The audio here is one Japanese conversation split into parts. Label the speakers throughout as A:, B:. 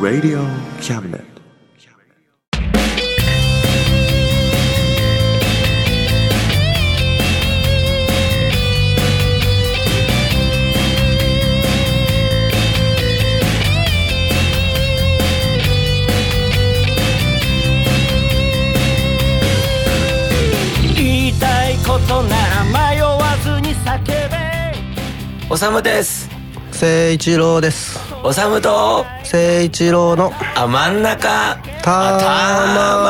A: Radio Cabinet.
B: 言いたいことなら迷わずに叫べおさむです
C: 聖一郎です
B: おさむと
C: 聖一郎の
B: あ真ん中
C: た
B: あた
C: ま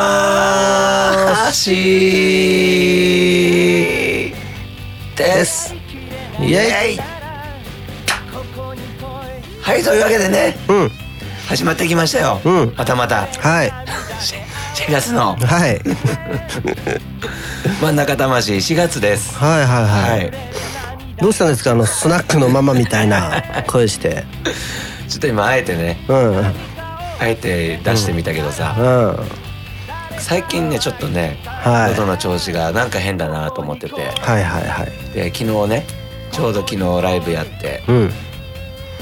B: ましですイ
C: イエ
B: エイはいというわけでね
C: うん
B: 始まってきましたよ、
C: うん
B: またまた
C: はい
B: 4月の
C: はい
B: 真ん中魂4月です
C: はいはいは、
B: はいい
C: どうしたんですかあのスナックのママみたい な声して
B: ちょっと今あえてね
C: うんうん
B: あえて出してみたけどさ、
C: は
B: 最近ねちょっとね、
C: はい
B: 喉の調子がなんか変だなと思って
C: い
B: て
C: はいはい
B: で昨日ねちょうど昨日ライブやって
C: うん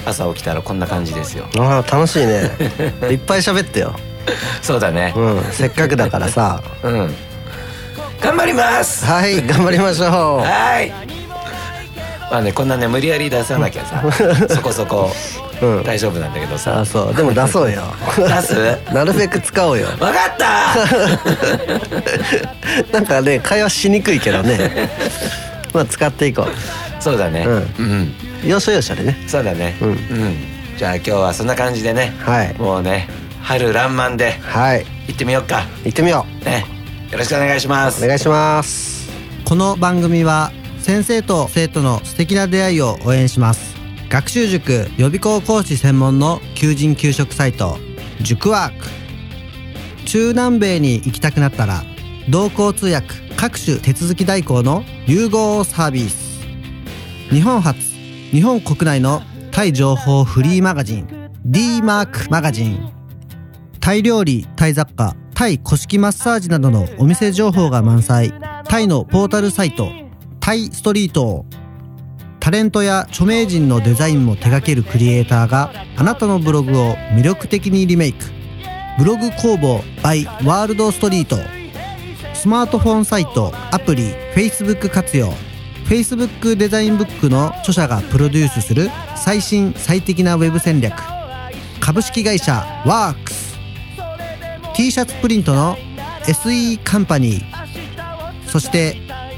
B: 朝起きたらこんな感じですよ
C: あー楽しいね いっぱい喋ってよ
B: そうだね
C: うんせっかくだからさ
B: うん、頑張ります
C: はい頑張りましょ
B: はいまあねこんなね無理やり出さなきゃ さそこそこ
C: ううん
B: 大丈夫なんだけどさ
C: あそうでも出そうよ
B: 出す
C: なるべく使おうよ
B: わかった
C: なんかね会話しにくいけどねまあ使っていこ
B: そうだね
C: う
B: うん
C: う要所要所でね
B: そうだね、う
C: うんん
B: じゃあ今日はそんな感じでね、
C: はい
B: もうね春爛漫で
C: はい
B: 行ってみようか
C: 行ってみよ
B: ねよろしくお願いします
C: うお願いします
D: この番組は先生と生徒の素敵な出会いを応援します学習塾予備校講師専門の求人・給食サイト塾ワーク中南米に行きたくなったら同行通訳各種手続き代行の融合サービス日本初日本国内のタイ情報フリーマガジン d マークマガジンタイ料理タイ雑貨タイ古式マッサージなどのお店情報が満載タイのポータルサイトタイストリートをタレントや著名人のデザインも手掛けるクリエイターがあなたのブログを魅力的にリメイクブログ工房 by ワールドストリートスマートフォンサイトアプリ Facebook 活用 Facebook デザインブックの著者がプロデュースする最新最適なウェブ戦略株式会社ワークス t シャツプリントの SE カンパニーそして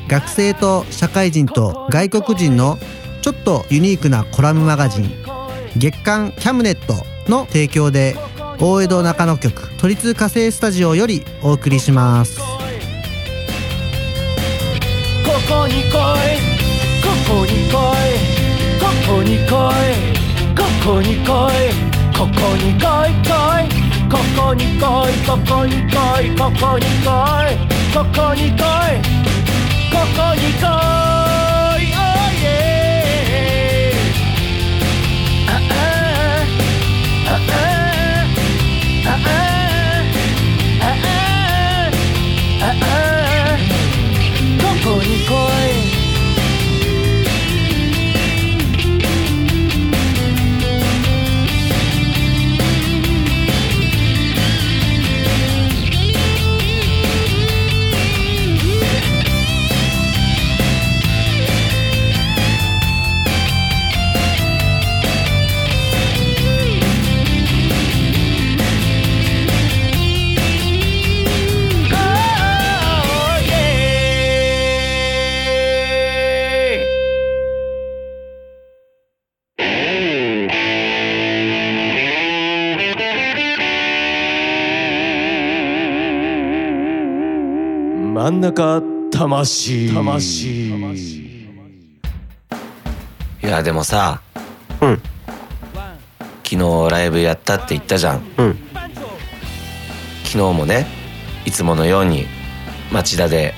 D: 学生と社会人と外国人のちょっとユニークなコラムマガジン月刊キャムネットの提供で大江戸中野局都立火星スタジオよりお送りします
B: ここに来いここに来いここに来いここに来いここに来い来いここに来いここに来いここに来いここに来いここに来い Oh yeah Uh-uh, あああああああ uh-uh. ああああここに来い
E: 真ん中魂魂
B: いやでもさ
C: うん
B: 昨日ライブやったって言ったじゃん
C: うん
B: 昨日もねいつものように町田で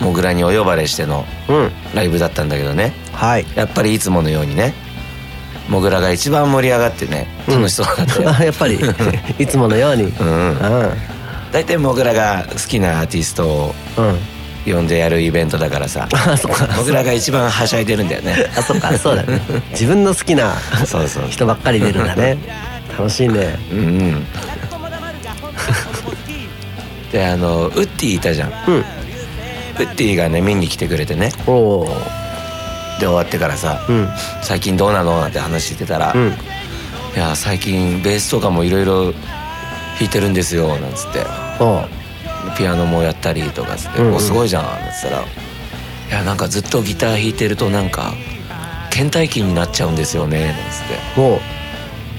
B: モグラにお呼ばれしての
C: うん
B: ライブだったんだけどね
C: はい
B: やっぱりいつものようにねモグラが一番盛り上がってね楽しそうだったよ、
C: あ やっぱ りいつものようにうん
B: うん
C: うん
B: 大体モグラが好きなアーティストを呼んでやるイベントだからさ
D: あそっか
B: 僕らが一番はしゃいでるんだよね
D: あそっかそうだね自分の好きな
B: そうそう
D: 人ばっかり出るんだね楽しいね
B: うんうんであのウッディいたじゃん、
D: うん
B: ウッディがね見に来てくれてね
D: おお
B: で終わってからさ、
D: うん
B: 最近どうなのなんて話してたら「
D: うん
B: いや最近ベースとかもいろいろ弾いてるんですよ」なんつって
D: おう
B: 「ピアノもやったり」とかつって「
D: うんうん
B: おすごいじゃん」なんつったら「いやなんかずっとギター弾いてるとなんか倦怠期になっちゃうんですよね」なんつって
D: おう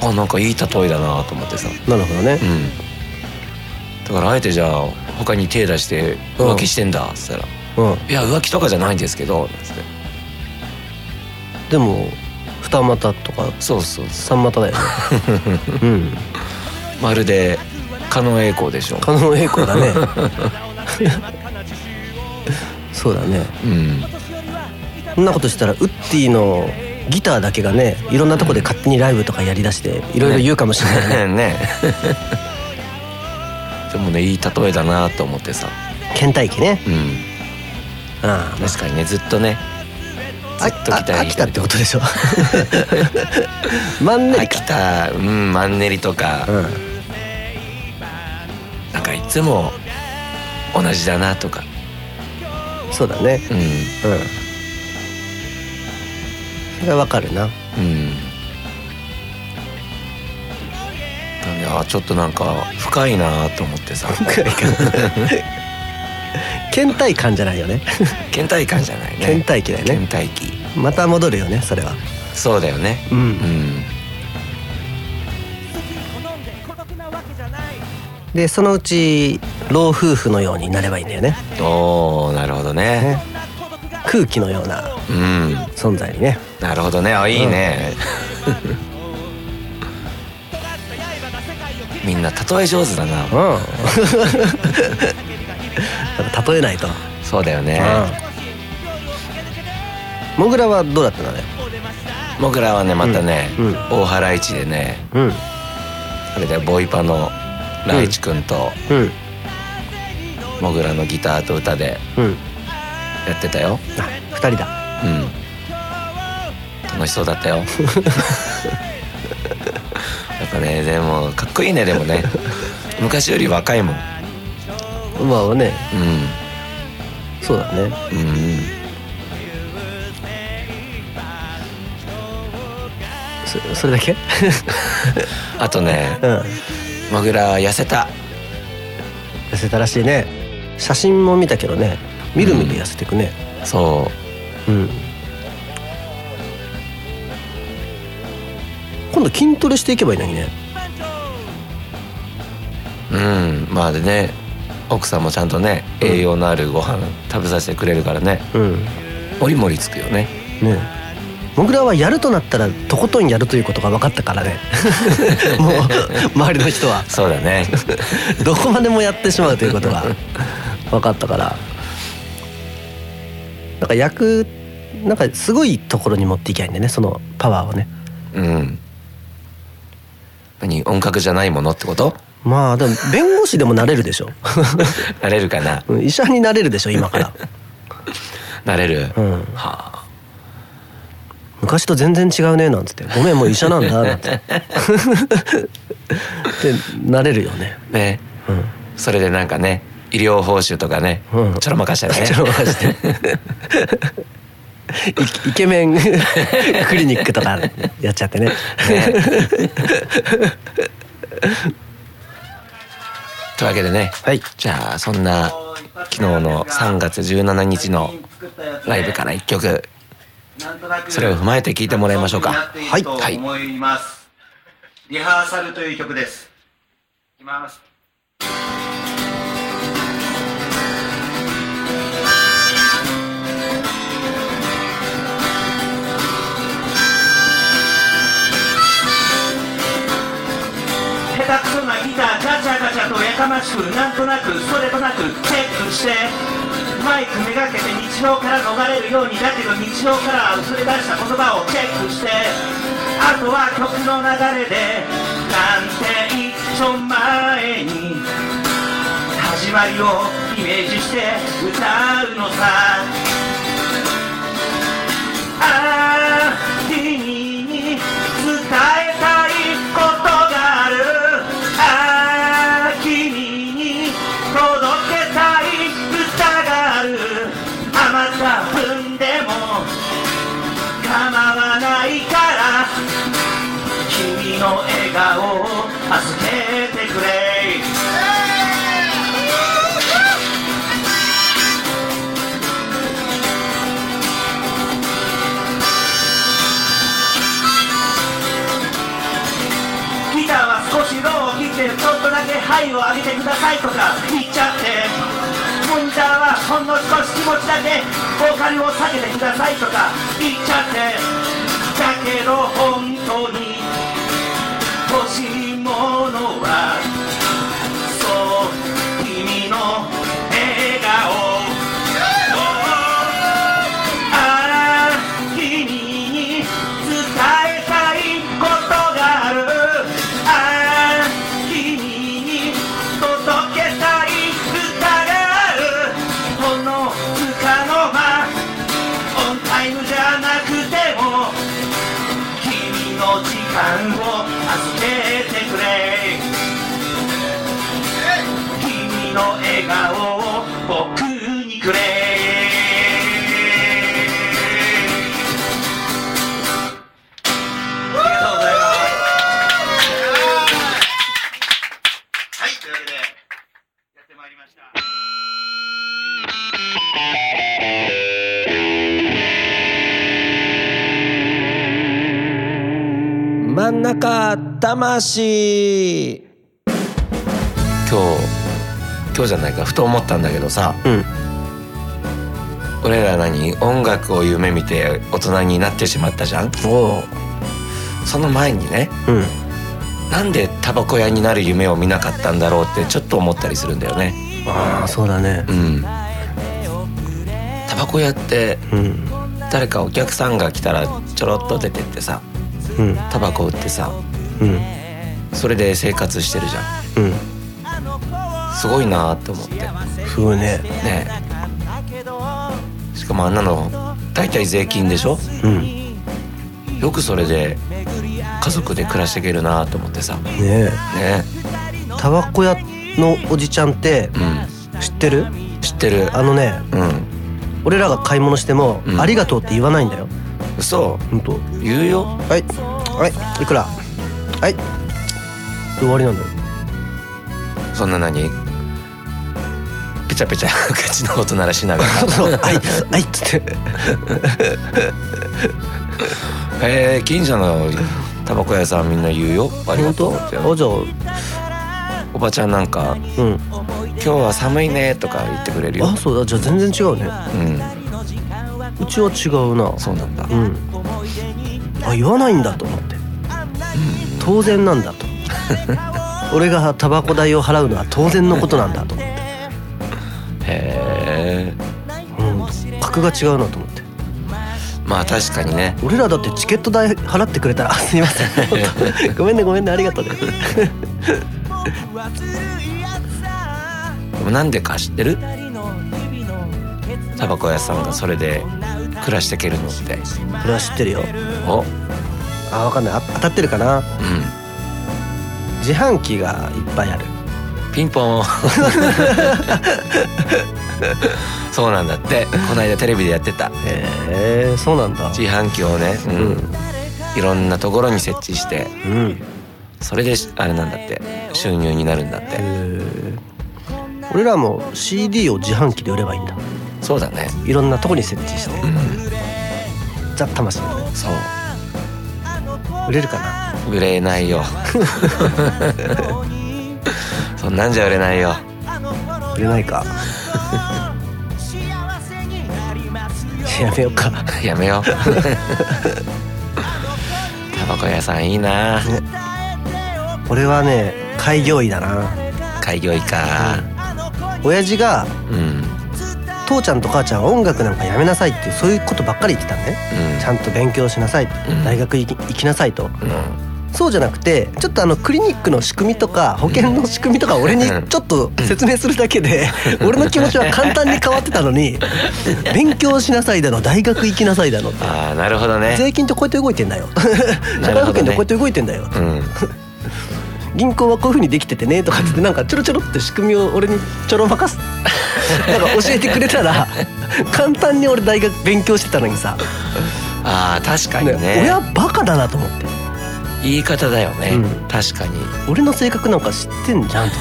B: あなんかいい例えだなと思ってさ
D: なるほどね
B: うんだからあえてじゃあ他に手出して浮気してんだっつったら「
D: うん
B: いや浮気とかじゃないんですけど」つって
D: でも二股とか
B: そうそうそう
D: 三股だ よねうん
B: まるで狩野英孝でしょ
D: 狩野英孝だねそうだね
B: うん
D: そんなことしたらウッディのギターだけがねいろんなとこで勝手にライブとかやりだしていろいろ言うかもしれないね
B: ね でもねいい例えだなと思ってさ
D: 倦怠期ね
B: うん
D: あ
B: 確かにねずっとねず
D: あ
B: っと
D: あ
B: ギター弾
D: 飽
B: い
D: き
B: て
D: たってことでしょ マンネリ
B: 飽
D: か
B: きたうんマンネリとか、
D: うん
B: なんかいつも同じだなとか
D: そうだね
B: うん
D: うんそれはわか るな
B: うんなんであちょっとなんか深いなと思ってさ
D: 倦怠感じゃないよね
B: 倦怠感じゃないね
D: 倦怠期だよね
B: 倦怠期
D: また戻るよねそれは
B: そうだよね
D: うん、
B: うん
D: でそのうち老夫婦のようになればいいんだよね
B: おーなるほどね
D: 空気のような
B: うん
D: 存在にね
B: なるほどねあいいね、みんな例え上手だな、
D: うんやっぱ 例えないと
B: そうだよね、
D: モグラはどうだったのね
B: 僕らはねまたね、
D: うんうん
B: 大原市でね
D: うん
B: それでボイパのライチ君と
D: うん
B: モグラのギターと歌で
D: うん
B: やってたよ
D: あ二人だ
B: うん楽しそうだった よやっぱねでもかっこいいねでもね昔より若いもん
D: まあね
B: うん
D: そうだね
B: うん
D: そそれだけ
B: あとね
D: うん
B: モグラ痩せた
D: 痩せたらしいね写真も見たけどねみるみる痩せてくね
B: そ
D: うん、今度筋トレしていけばいいのにね
B: ううんまあでね奥さんもちゃんとね栄養のあるご飯食べさせてくれるからね
D: うん
B: もりもりつくよね
D: ねモグラはやるとなったらとことんやるということが分かったからねもう周りの人は
B: そうだ ね
D: どこまでもやってしまうということが分かったからなんか役なんかすごいところに持っていきゃいいんだよねそのパワーをね
B: うん何音楽じゃないものってこと
D: まあでも弁護士でもなれるでしょ
B: なれるかな
D: うん医者になれるでしょ今から、
B: なれる、
D: うん、
B: はあ
D: 昔と全然違うねなんつって「ごめんもう医者なんだ」なんつって でなれるよね
B: ね
D: うん
B: それでなんかね医療報酬とかね、
D: うん
B: ちょろまかしたりね
D: ちょろまかして イイケメ ンクリニックとかやっちゃってね
B: ねというわけでね、
D: はい
B: じゃあそんな昨日の3月17日のライブから1曲それを踏まえて聴いてもらいましょうか
F: はいと
B: はい
F: 思います、リハーサルという曲ですいきます下手くそなギターガチャガチャとやかましくなんとなくそれとなくチェックしてマイクめがけて日常から逃れるようにだけど日常から薄れ出した言葉をチェックしてあとは曲の流れでなんて一丁前に始始まりをイメージして歌うのさあー君に伝えたいことがあるあー君に届けたい歌があるあまた踏んでも構わないから君の笑顔を預けてくれギターは少しローを切ってちょっとだけハイを上げてくださいとか言っちゃってモニターはほんの少し気持ちだけボーカルを下げてくださいとか言っちゃってだけど本当に欲しいものはそう君の笑顔ああ君に伝えたいことがあるああ君に届けたい歌があるほんのつかの間オンタイムじゃなくても君の時間を預けてくれ君の笑顔を僕にくれありがとうございます。はい、というわけで、やってまいりました。
B: 真ん中魂今日今日じゃないかふと思ったんだけどさ、
D: うん
B: 俺ら何音楽を夢見て大人になってしまったじゃん
D: お
B: その前にね
D: ううん
B: なんでタバコ屋になる夢を見なかったんだろうってちょっと思ったりするんだよね
D: ああそうだね
B: うんタバコ屋って
D: うん
B: 誰かお客さんが来たらちょろっと出てってさ
D: うん
B: タバコ売ってさ
D: うん
B: それで生活してるじゃ
D: うん
B: んすごいなーって思って
D: すごいね
B: ねえしかもあんなの大体税金でしょ
D: うんね
B: よくそれで家族で暮らしていけるなと思ってさね
D: え
B: え
D: タバコ屋のおじちゃんって
B: うん
D: 知ってる
B: 知ってる
D: あのね
B: うん
D: 俺らが買い物しても
B: う
D: 「
B: ん
D: ありがとう」って言わないんだよ
B: 嘘
D: ほんと
B: 言うよ
D: はいはいいくらはいで終わりなんだよ
B: そんな何ペチャペチャ 口の音鳴らしながら
D: そうはいはいっつって
B: えー、近所のタバコ屋さんみんな言うよありがと
D: 本当
B: う
D: あ
B: って
D: じゃあ
B: おばちゃんなんか
D: うん
B: 「今日は寒いね」とか言ってくれるよ
D: あそうだじゃあ全然違うね
B: うん
D: うちは違うな
B: そうなんだ
D: うんあ言わないんだと思って当然なんだと 俺がタバコ代を払うのは当然のことなんだと思って
B: へえ
D: うん格が違うなと思って
B: まあ確かにね
D: 俺らだってチケット代払ってくれたらあ すいません本当ごめん ねごめんねありがとうね
B: でもなんでか知ってるタバコ屋さんがそれで暮らしていけるのって
D: 俺は知ってるよ
B: おうん
D: あわかんないあ当たってるかな自販機がいっぱいある
B: ピンポン そうなんだってこの間テレビでやってた
D: へえそうなんだ
B: 自販機をね、うん
D: うん
B: いろんなところに設置して
D: うん
B: それであれなんだって収入になるんだって
D: 俺らも CD を自販機で売ればいいんだ
B: そうだね
D: いろんなとこに設置して
B: うん
D: ザ・魂のね
B: そう
D: 売れるかな
B: 売れないよそんなんじゃ売れないよ
D: 売れないかやめよう か
B: やめよう タバコ屋さんいいな
D: 俺はね開業医だな
B: 開業医か
D: 親父が
B: うんうん
D: 父ちゃんと母ちゃんは音楽なんかやめなさいっていうそういうことばっかり言ってたのねちゃんと勉強しなさい、
B: うん
D: 大学行き行きなさいと
B: うん
D: そうじゃなくてちょっとあのクリニックの仕組みとか保険の仕組みとか俺にちょっと説明するだけで俺の気持ちは簡単に変わってたのに勉強しなさいだの大学行きなさいだのって
B: ああなるほどね
D: 税金ってこうやって動いてんだよ社
B: なる
D: 会保
B: ほどね
D: 険ってこうやって動いてんだよ
B: うん
D: 銀行はこういうふうにできててねとかつってなんかちょろちょろって仕組みを俺にちょろま かすなんか教えてくれたら簡単に俺大学勉強してたのにさ、
B: ああ確かに
D: ね
B: ね
D: 親バカだなと思って
B: 言い方だよね、
D: うん
B: 確かに
D: 俺の性格なんか知ってんじゃんと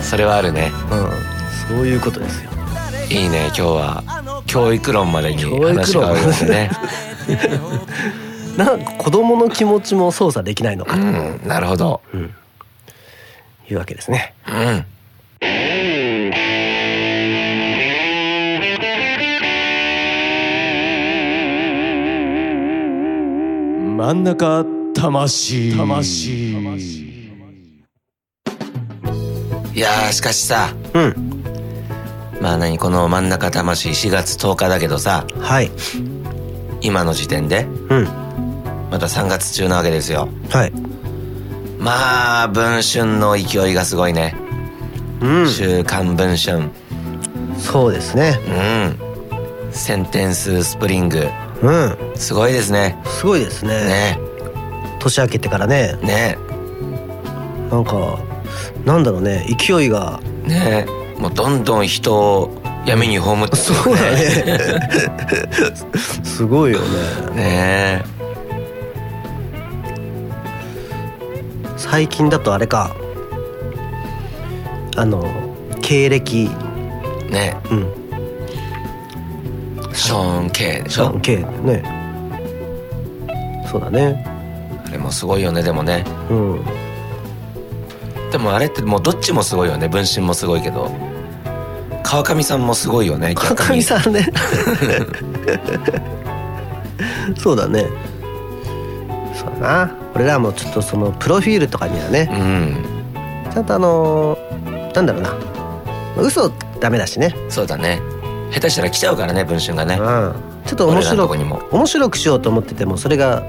B: それはあるね
D: うん、そういうことですよ。
B: いいね今日は教育論までに話
D: 教育論
B: が及んでね
D: なんか子供の気持ちも操作できないのかと
B: うんなるほど
D: いうわけですね。
B: うん
G: 真ん中魂魂
B: いやーしかしさ
D: うん、
B: まあ何この真ん中魂4月10日だけどさ
D: はい、
B: 今の時点で
D: うん、
B: また3月中なわけですよ
D: はい、
B: まあ文春の勢いがすごいね
D: うん、
B: 週刊文春うん
D: そうですね。
B: センテンススプリング
D: うん、
B: すごいですね
D: すごいですね。
B: ね
D: 年明けてからね、
B: ね
D: なんかなんだろうね、勢いが
B: ねもうどんどん人を闇に葬ってる
D: そうだね。すごいよね。
B: ね
D: 最近だとあれか、あの経歴、
B: えね
D: うん、
B: ショーン・ケイでしょ
D: K ね。そうだね。
B: あれもすごいよねでもね
D: うん。
B: でもあれってもうどっちもすごいよね分身もすごいけど川上さんもすごいよね
D: 川
B: 逆
D: 上
B: に
D: さんねそうだねそうだな俺らもちょっとそのプロフィールとかにはね
B: うん
D: ちゃんとあのーなんだろうな嘘ダメだしね、
B: そうだね下手したら来ちゃうからね文春が
D: う
B: ね
D: ん、ちょっと面
B: 俺らの
D: 白
B: と
D: く
B: こにも
D: 面白くしようと思っててもそれが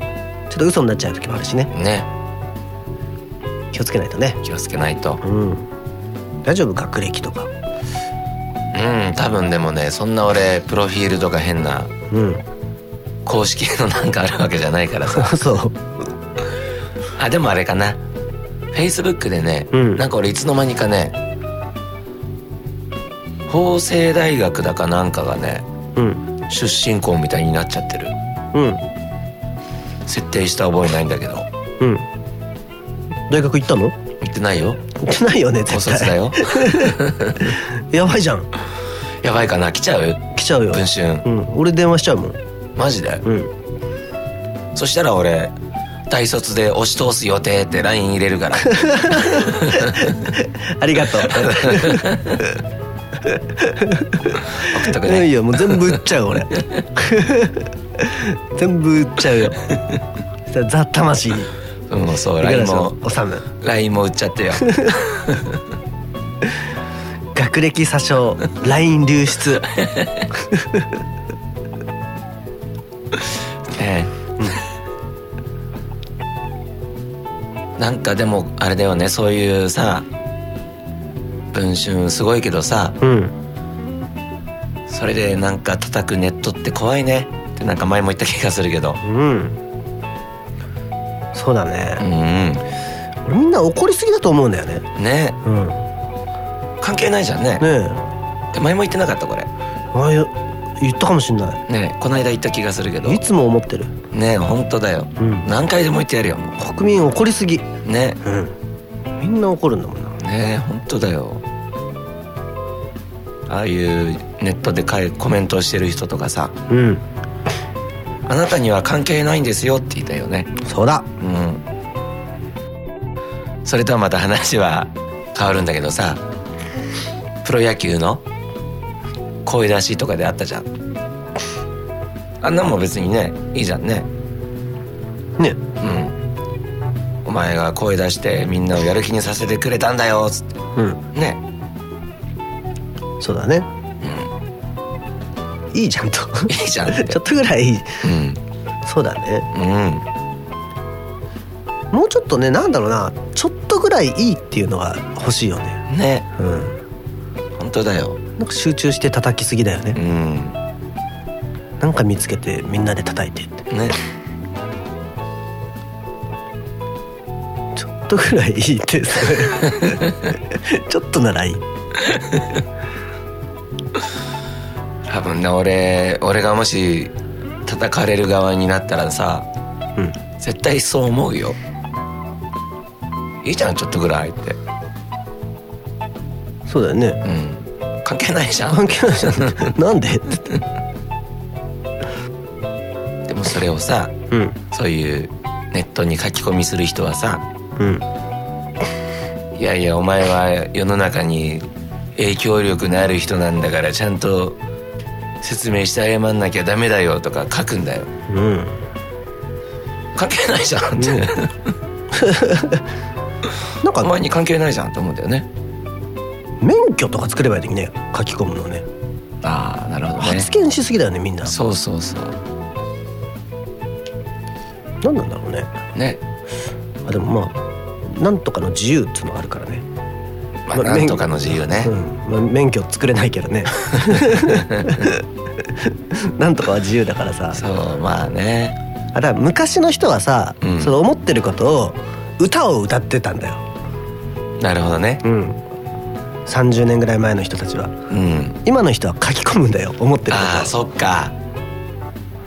D: ちょっと嘘になっちゃう時もあるしね
B: ね
D: 気をつけないとね
B: 気をつけないと
D: うん大丈夫学歴とか
B: うん多分でもねそんな俺プロフィールとか変な
D: うん
B: 公式のなんかあるわけじゃないからさ
D: そう
B: あでもあれかなフェイスブックでね、
D: うん
B: なんか俺いつの間にかね法政大学だかなんかがね
D: うん
B: 出身校みたいになっちゃってる
D: うん
B: 設定した覚えないんだけど
D: うん大学行ったの
B: 言ってないよ
D: 行ってないよね絶対
B: 高卒だよ
D: やばいじゃん
B: やばいかな来ちゃう
D: 来ちゃうよ
B: 文春
D: うん俺電話しちゃうもん
B: マジで
D: うん
B: そしたら俺大卒で押し通す予定って LINE 入れ るから
D: ありが とう
B: 送っとく
D: うんい
B: ね
D: やもう全部売っちゃう 俺全部売っちゃう よそしたらザ・魂に
B: うんそう
D: 五十
B: LINE
D: 嵐
B: も
D: 治む
B: LINE も売っちゃってよ
D: 学歴詐称 LINE 流出
B: ねなんかでもあれだよねそういうさ文春すごいけどさ
D: うん
B: それでなんか叩くネットって怖いねってなんか前も言った気がするけど
D: うんそうだ
B: う
D: ね
B: ん
D: みんな怒りすぎだと思うんだよね
B: うんね
D: うん
B: 関係ないじゃんね
D: ね
B: 前も言ってなかったこれ
D: えあいや言ったかもしんない
B: ねこの間言った気がするけど
D: いつも思ってる
B: ね本当だよ、
D: うん
B: 何回でも言ってやるよも
D: 国民怒りすぎ
B: うね
D: うんみんな怒るんだもんな
B: ね本当だよああいうネットでかいコメントをしてる人とかさ
D: うん
B: あなたには関係ないんですよって言ったよね
D: そうだ
B: うんそれとはまた話は変わるんだけどさプロ野球の声出しとかであったじゃんあんなもん別にねいいじゃんね
D: ね
B: うんお前が声出してみんなをやる気にさせてくれたんだよつって
D: うん
B: ね
D: そうだねいいじゃんと
B: いいじゃんって
D: ちょっとぐらい
B: うん
D: そうだね
B: うん
D: もうちょっとねなんだろうなちょっとぐらいいいっていうのが欲しいよね
B: ね
D: うん
B: 本当だよ
D: なんか集中して叩きすぎだよね
B: うん
D: なんか見つけてみんなで叩いてって
B: ね
D: ちょっとぐらいいい ですちょっとならいい
B: 多分ね俺俺がもし叩かれる側になったらさ、
D: うん
B: 絶対そう思うよいいじゃんちょっとぐらいって
D: そうだよね
B: うん関係ないじゃん
D: 関係ないじゃんなんで
B: でもそれをさ
D: うん
B: そういうネットに書き込みする人はさ
D: うん
B: いやいやお前は世の中に影響力のある人なんだからちゃんと説明して謝んなきゃダメだよとか書くんだよ
D: うん
B: 関係ないじゃんって、
D: な ん
B: お前
D: か
B: に関係ないじゃんと思うんだよね
D: 免許とか作ればいいのにね書き込むのね
B: ああなるほどね
D: 発言しすぎだよねみんな
B: そうそうそう
D: 何なんだろうね
B: ね
D: あでもまあなんとかの自由っていうのがあるからね
B: まあ、
D: ま
B: な
D: あ
B: んとかの自由ね
D: う、んまあ、免許作れないけどね なんとかは自由だからさ
B: そうまあね
D: あだから昔の人はさ、
B: うん
D: その思ってることを歌を歌ってたんだよ、
B: なるほどね
D: うん、30年ぐらい前の人たちは
B: うん
D: 今の人は書き込むんだよ思ってるこ
B: ああそっか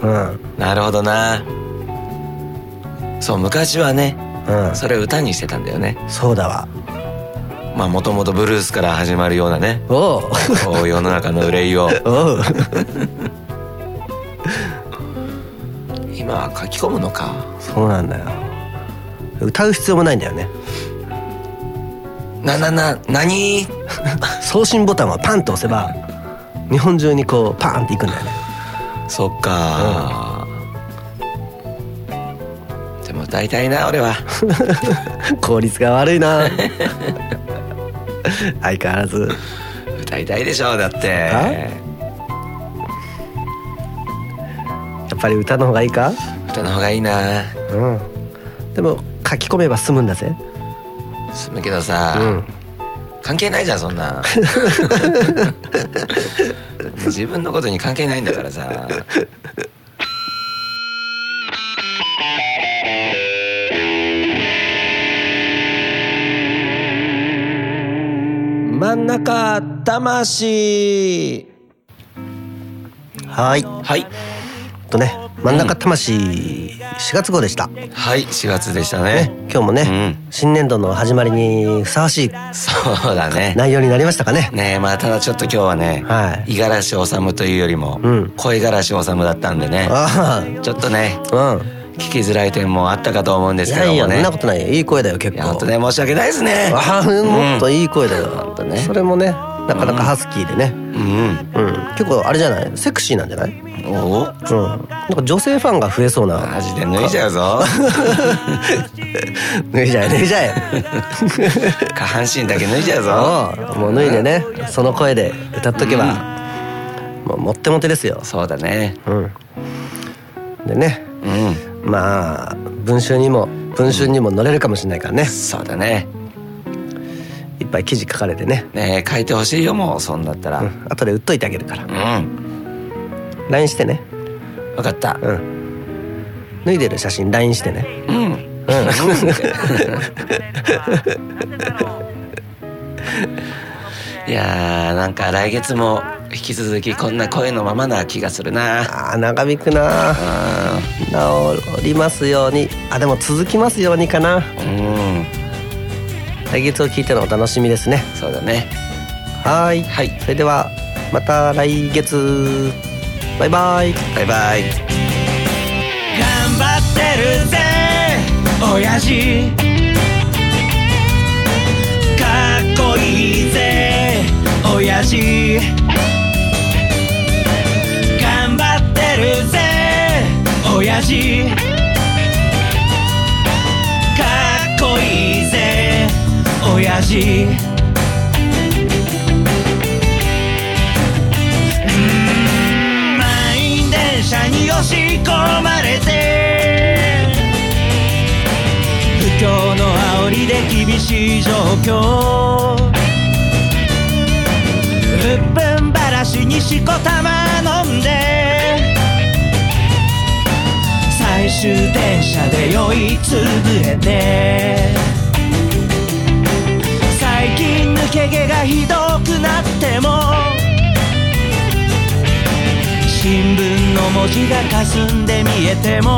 D: とを
B: なるほどなそう昔はね
D: うんうん
B: それを歌にしてたんだよね
D: そうだわ
B: まあもともとブルースから始まるようなね
D: おう
B: こう世の中の憂いを
D: おう
B: 今は書き込むのか
D: そうなんだよ歌う必要もないんだよね
B: ななな何
D: 送信ボタンはパンと押せば日本中にこうパーンっていくんだよね
B: そっか、でも大体な俺は
D: 効率が悪いな 相変わらず
B: 歌いたいでしょだって
D: やっぱり歌の方がいいか
B: 歌の方がいいな
D: うんでも書き込めば済むんだぜ
B: すむけどさ、
D: うん
B: 関係ないじゃんそん な自分のことに関係ないんだからさ
G: 真ん中魂
D: はい
B: はい
D: とね真ん中魂4月号でした、ね、
B: はい4月でしたね
D: 今日もね、
B: う
D: 新年度の始まりにふさわしい
B: そうだね
D: 内容になりましたかね
B: ねえまあただちょっと今日はね
D: はい
B: 五十嵐治というよりも、
D: うん
B: 声がらし治だったんでね
D: あ
B: ちょっとね
D: あうん
B: 聞きづらい点もあったかと思うんで
D: い
B: すけど
D: や
B: もね
D: いやそんなことないよいい声だよ結
B: い
D: 構
B: や本当ね申し訳ないですね
D: ああもっと
B: い
D: いい声だよ、
B: ね
D: それもねなかなかハスキーでね、
B: うん、
D: うん、結構あれじゃないセクシーなんじゃないうん
B: うん、おお
D: なんか女性ファンが増えそうな
B: マジで脱いじゃうぞ
D: 脱いじゃえ脱いじゃえ
B: 下半身だけ脱いじゃうぞ
D: そうもう脱いでねその声で歌っとけば、もうもってもてですよ
B: そうだね
D: うんでね
B: うん
D: まあ文集にも文春にも載れるかもしれないからね
B: そうだね。
D: いっぱい記事書かれてね、
B: ねえ書いてほしいよもうそんだったら。
D: う、
B: うん
D: 後で売っといてあげるから
B: ん。
D: LINE してね
B: わかった。
D: うん脱いでる写真 LINE してね
B: うん。いやーなんか来月も引き続きこんな声のままな気がするな。
D: あー長引くな治りますようにあでも続きますようにかな
B: うん。
D: 来月を聞いてのお楽しみですね
B: そうだね。
D: はーい
B: はい。
D: それではまた来月バイバイ
B: バイバイ。
F: 頑張ってるぜ親父かっこいいぜ親父頑張ってるぜ親父かっこいいぜ親父満員電車に押し込まれて二
E: しい状況うっぷんばらしにしこたま飲んで最終電車で酔いつぶれて最近抜け毛がひどくなっても新聞の文字が霞んで見えても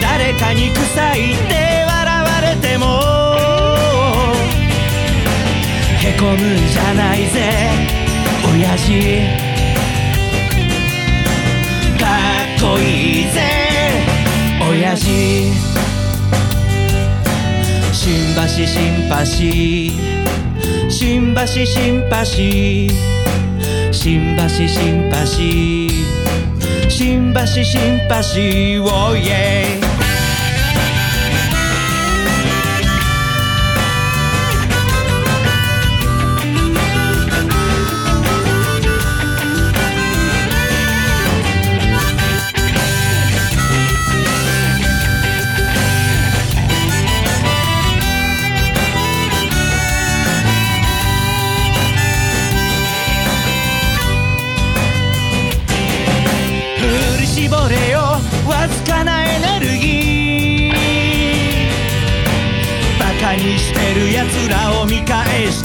E: 誰かに臭いって笑われてもへこむんじゃないぜ親父かっこいいぜ親父新橋シンパシー新橋シンパシー新橋新橋新橋新橋おいえ振り絞れよわずかなエネルギーバカにしてるやつらを見返し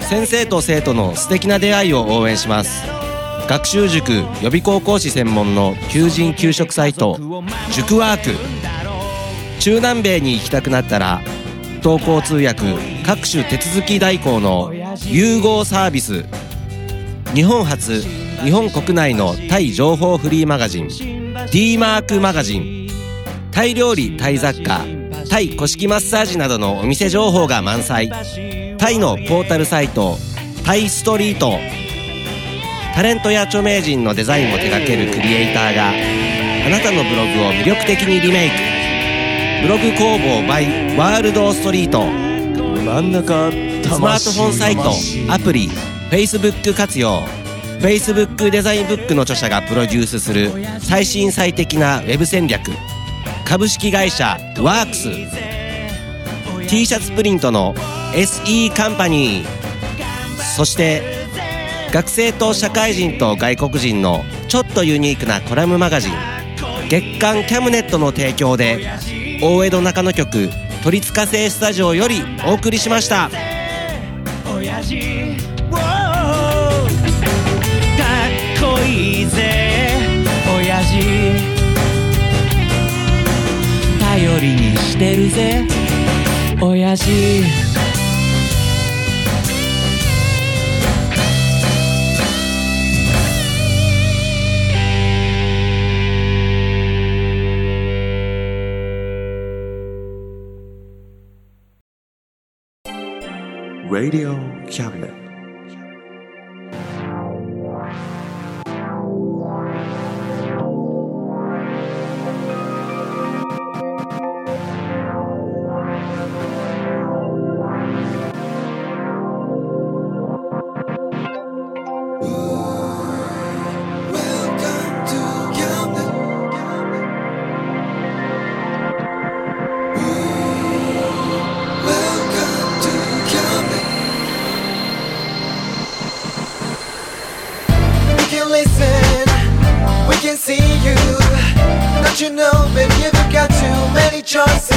G: 先生と生徒の素敵な出会いを応援します学習塾予備高校師専門の求人・求職サイト塾ワーク中南米に行きたくなったら投稿通訳各種手続き代行の融合サービス日本初日本国内のタイ情報フリーマガジン d マークマガジンタイ料理タイ雑貨タイ古式マッサージなどのお店情報が満載タイのポータルサイトタイストリートタレントや著名人のデザインも手掛けるクリエイターがあなたのブログを魅力的にリメイクブログ工房 by ワールドストリート
A: 真ん中魂
G: スマートフォンサイトアプリ Facebook 活用 Facebook デザインブックの著者がプロデュースする最新最適なウェブ戦略株式会社ワークス t シャツプリントの SE カンパニーそして学生と社会人と外国人のちょっとユニークなコラムマガジン月刊キャムネットの提供で大江戸中野局「鳥塚製スタジオ」よりお送りしました。
E: 親父ウォーかっこいいぜ親父頼りにしてるぜ親父
A: 「Radio Cabinet」
H: We can listen, we can see you. Don't you know, baby, you've got too many choices.